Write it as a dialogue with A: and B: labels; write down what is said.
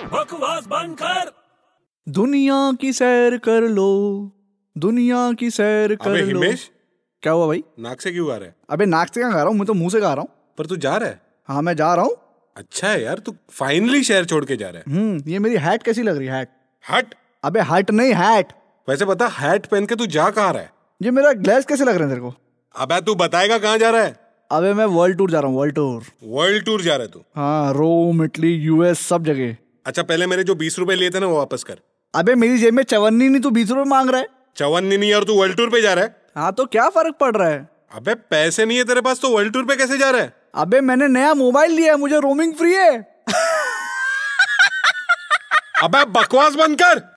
A: आवाज बंद कर
B: दुनिया की सैर कर लो दुनिया की सैर कर
C: अबे
B: लो
C: हिमेश
B: क्या हुआ भाई
C: नाक से क्यों आ रहा है
B: अबे नाक से कहाँ गा रहा हूँ मैं तो मुंह से गा रहा हूँ
C: पर तू जा रहा है
B: हाँ मैं जा रहा हूँ
C: अच्छा है यार तू फाइनली शहर छोड़ के जा रहा है
B: हम्म ये मेरी हैट कैसी लग रही है हैट
C: हट
B: अबे हैट नहीं हैट
C: वैसे बता हैट पहन के तू जा कहाँ रहा है
B: ये मेरा ग्लैस कैसे लग रहे हैं तेरे को
C: अबे तू बताएगा कहाँ जा रहा है
B: अबे मैं वर्ल्ड टूर जा रहा हूँ वर्ल्ड टूर
C: वर्ल्ड टूर जा रहा है तू
B: हाँ रोम इटली यूएस सब जगह
C: अच्छा पहले मेरे जो बीस रुपए लिए थे ना वो वापस कर
B: अबे मेरी जेब में चवन्नी नहीं तू बीस रुपए मांग रहा है
C: चवन्नी नहीं और तू वर्ल्ड टूर पे जा रहा है
B: हाँ तो क्या फर्क पड़ रहा है
C: अबे पैसे नहीं है तेरे पास तो वर्ल्ड टूर पे कैसे जा रहा है
B: अबे मैंने नया मोबाइल लिया है मुझे रोमिंग फ्री है
C: अबे बकवास बंद कर